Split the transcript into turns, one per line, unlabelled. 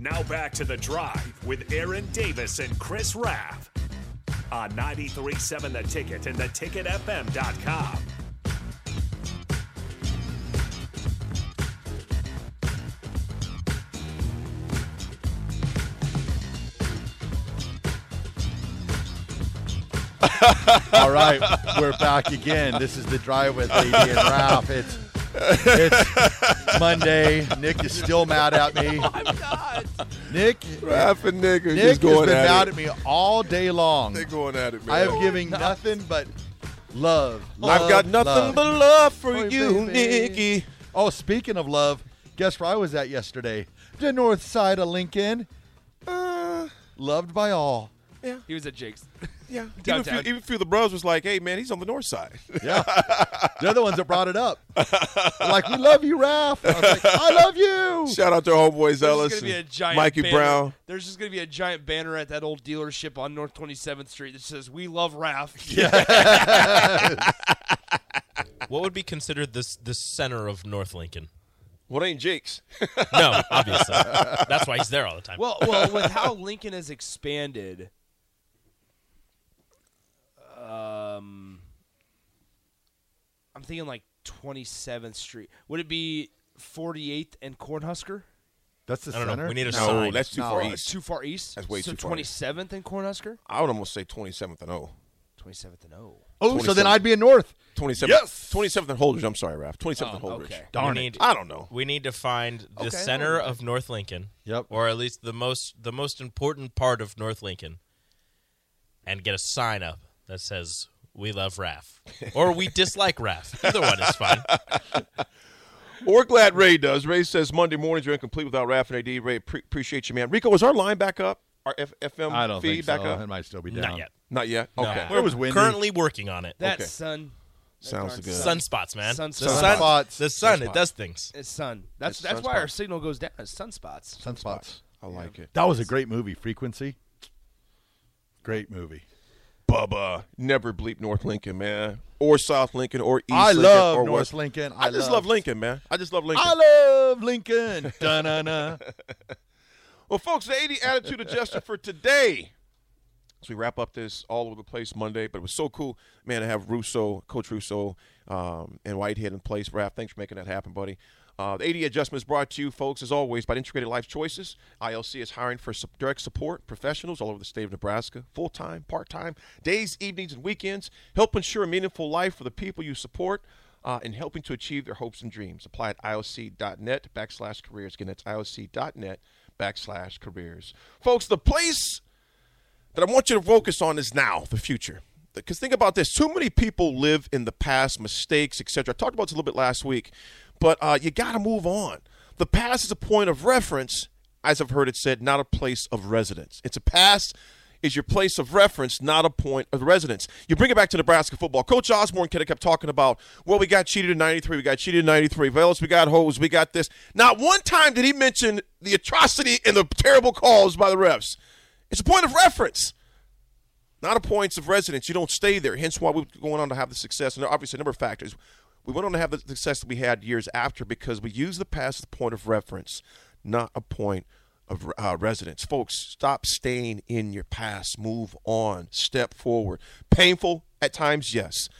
Now back to the drive with Aaron Davis and Chris Raff on 93.7 The Ticket and theticketfm.com.
All right, we're back again. This is the drive with AD and Ralph. It's it's Monday. Nick is still mad at me.
I'm not.
Nick,
Raph and Nick are
Nick has
just
been
going at
mad
it.
at me all day long.
They're going at it, man.
I have given nothing but love. love
I've got nothing
love.
but love for
Oh,
you,
baby.
Nikki.
Oh, speaking of love, guess where I was at yesterday? The north side of Lincoln.
Uh,
Loved by all.
He was at Jake's.
yeah. Even
Downtown.
few, even few of the bros was like, "Hey, man, he's on the north side."
Yeah. They're the ones that brought it up. They're like, we love you, Raph. I was like, I love you.
Shout out to our homeboys
There's
Ellis,
just gonna be a
and
giant
Mikey
banner.
Brown.
There's just gonna be a giant banner at that old dealership on North 27th Street that says "We love Raf."
What would be considered this the center of North Lincoln?
What ain't Jake's?
No, obviously. That's why he's there all the time.
well, well, with how Lincoln has expanded, um, I'm thinking like 27th Street. Would it be 48th and Cornhusker?
That's the
I don't know.
center.
We need a
no,
sign.
that's too
No.
far
It's
east.
too far east.
That's way
so
too far east.
27th and Cornhusker.
I would almost say 27th and oh. O.
27th and O.
oh, so then
27th.
I'd be in north.
27th.
Yes!
27th and Holdridge. I'm sorry, Raph. 27th and Holdridge.
okay.
Darn we need,
I don't know.
We need to find the
Okay.
center of North Lincoln.
Yep.
Or at least the most the most important part of North Lincoln and get a sign up that says we love Raf. Or we dislike Raf. Either one is fine.
Or glad Ray does. Ray says Monday mornings are incomplete without Raph and AD. Ray, pre- appreciate you, man. Rico, is our line back up? Our F- FM
I don't
feed
think
back
so.
up?
It might still be down.
Not yet.
Not yet. Okay.
It was windy.
Currently working on it.
That
Okay.
sun.
Sounds good.
Sunspots, man.
Sunspots.
The sun,
Sunspots.
the sun it does things.
It's sun. That's
It's
that's why our
sunspots.
signal goes down. It's sunspots.
Sunspots.
I like it.
That was a great movie, Frequency. Great movie.
Bubba. Never bleep North Lincoln, man. Or South Lincoln, or East
I
Lincoln,
love
or
North
West
Lincoln. I,
I, just love Lincoln, man. I just love Lincoln.
I love Lincoln. Da-na-na.
well, folks, the 80 attitude adjuster for today. As we wrap up this all over the place Monday, but it was so cool, man, to have Russo, Coach Russo, um, and Whitehead in place. Raph, thanks for making that happen, buddy. Uh, the 80 adjustment is brought to you, folks, as always, by Integrated Life Choices. ILC is hiring for sup- direct support professionals all over the state of Nebraska, full time, part time, days, evenings, and weekends. Help ensure a meaningful life for the people you support uh, and helping to achieve their hopes and dreams. Apply at IOC.net backslash careers. Again, that's IOC.net backslash careers. Folks, the place that I want you to focus on is now, the future. Because think about this: too many people live in the past, mistakes, etc. I talked about this a little bit last week, but uh, you got to move on. The past is a point of reference, as I've heard it said, not a place of residence. It's a past is your place of reference, not a point of residence. You bring it back to Nebraska football. Coach Osborne kind of kept talking about, well, we got cheated in '93, we got cheated in '93, Velas, we got hosed, we got this. Not one time did he mention the atrocity and the terrible calls by the refs. It's a point of reference not a points of residence. You don't stay there. Hence why we were going on to have the success. And there are obviously a number of factors. We went on to have the success that we had years after because we used the past as a point of reference, not a point of uh, residence. Folks, stop staying in your past. Move on. Step forward. Painful at times, yes.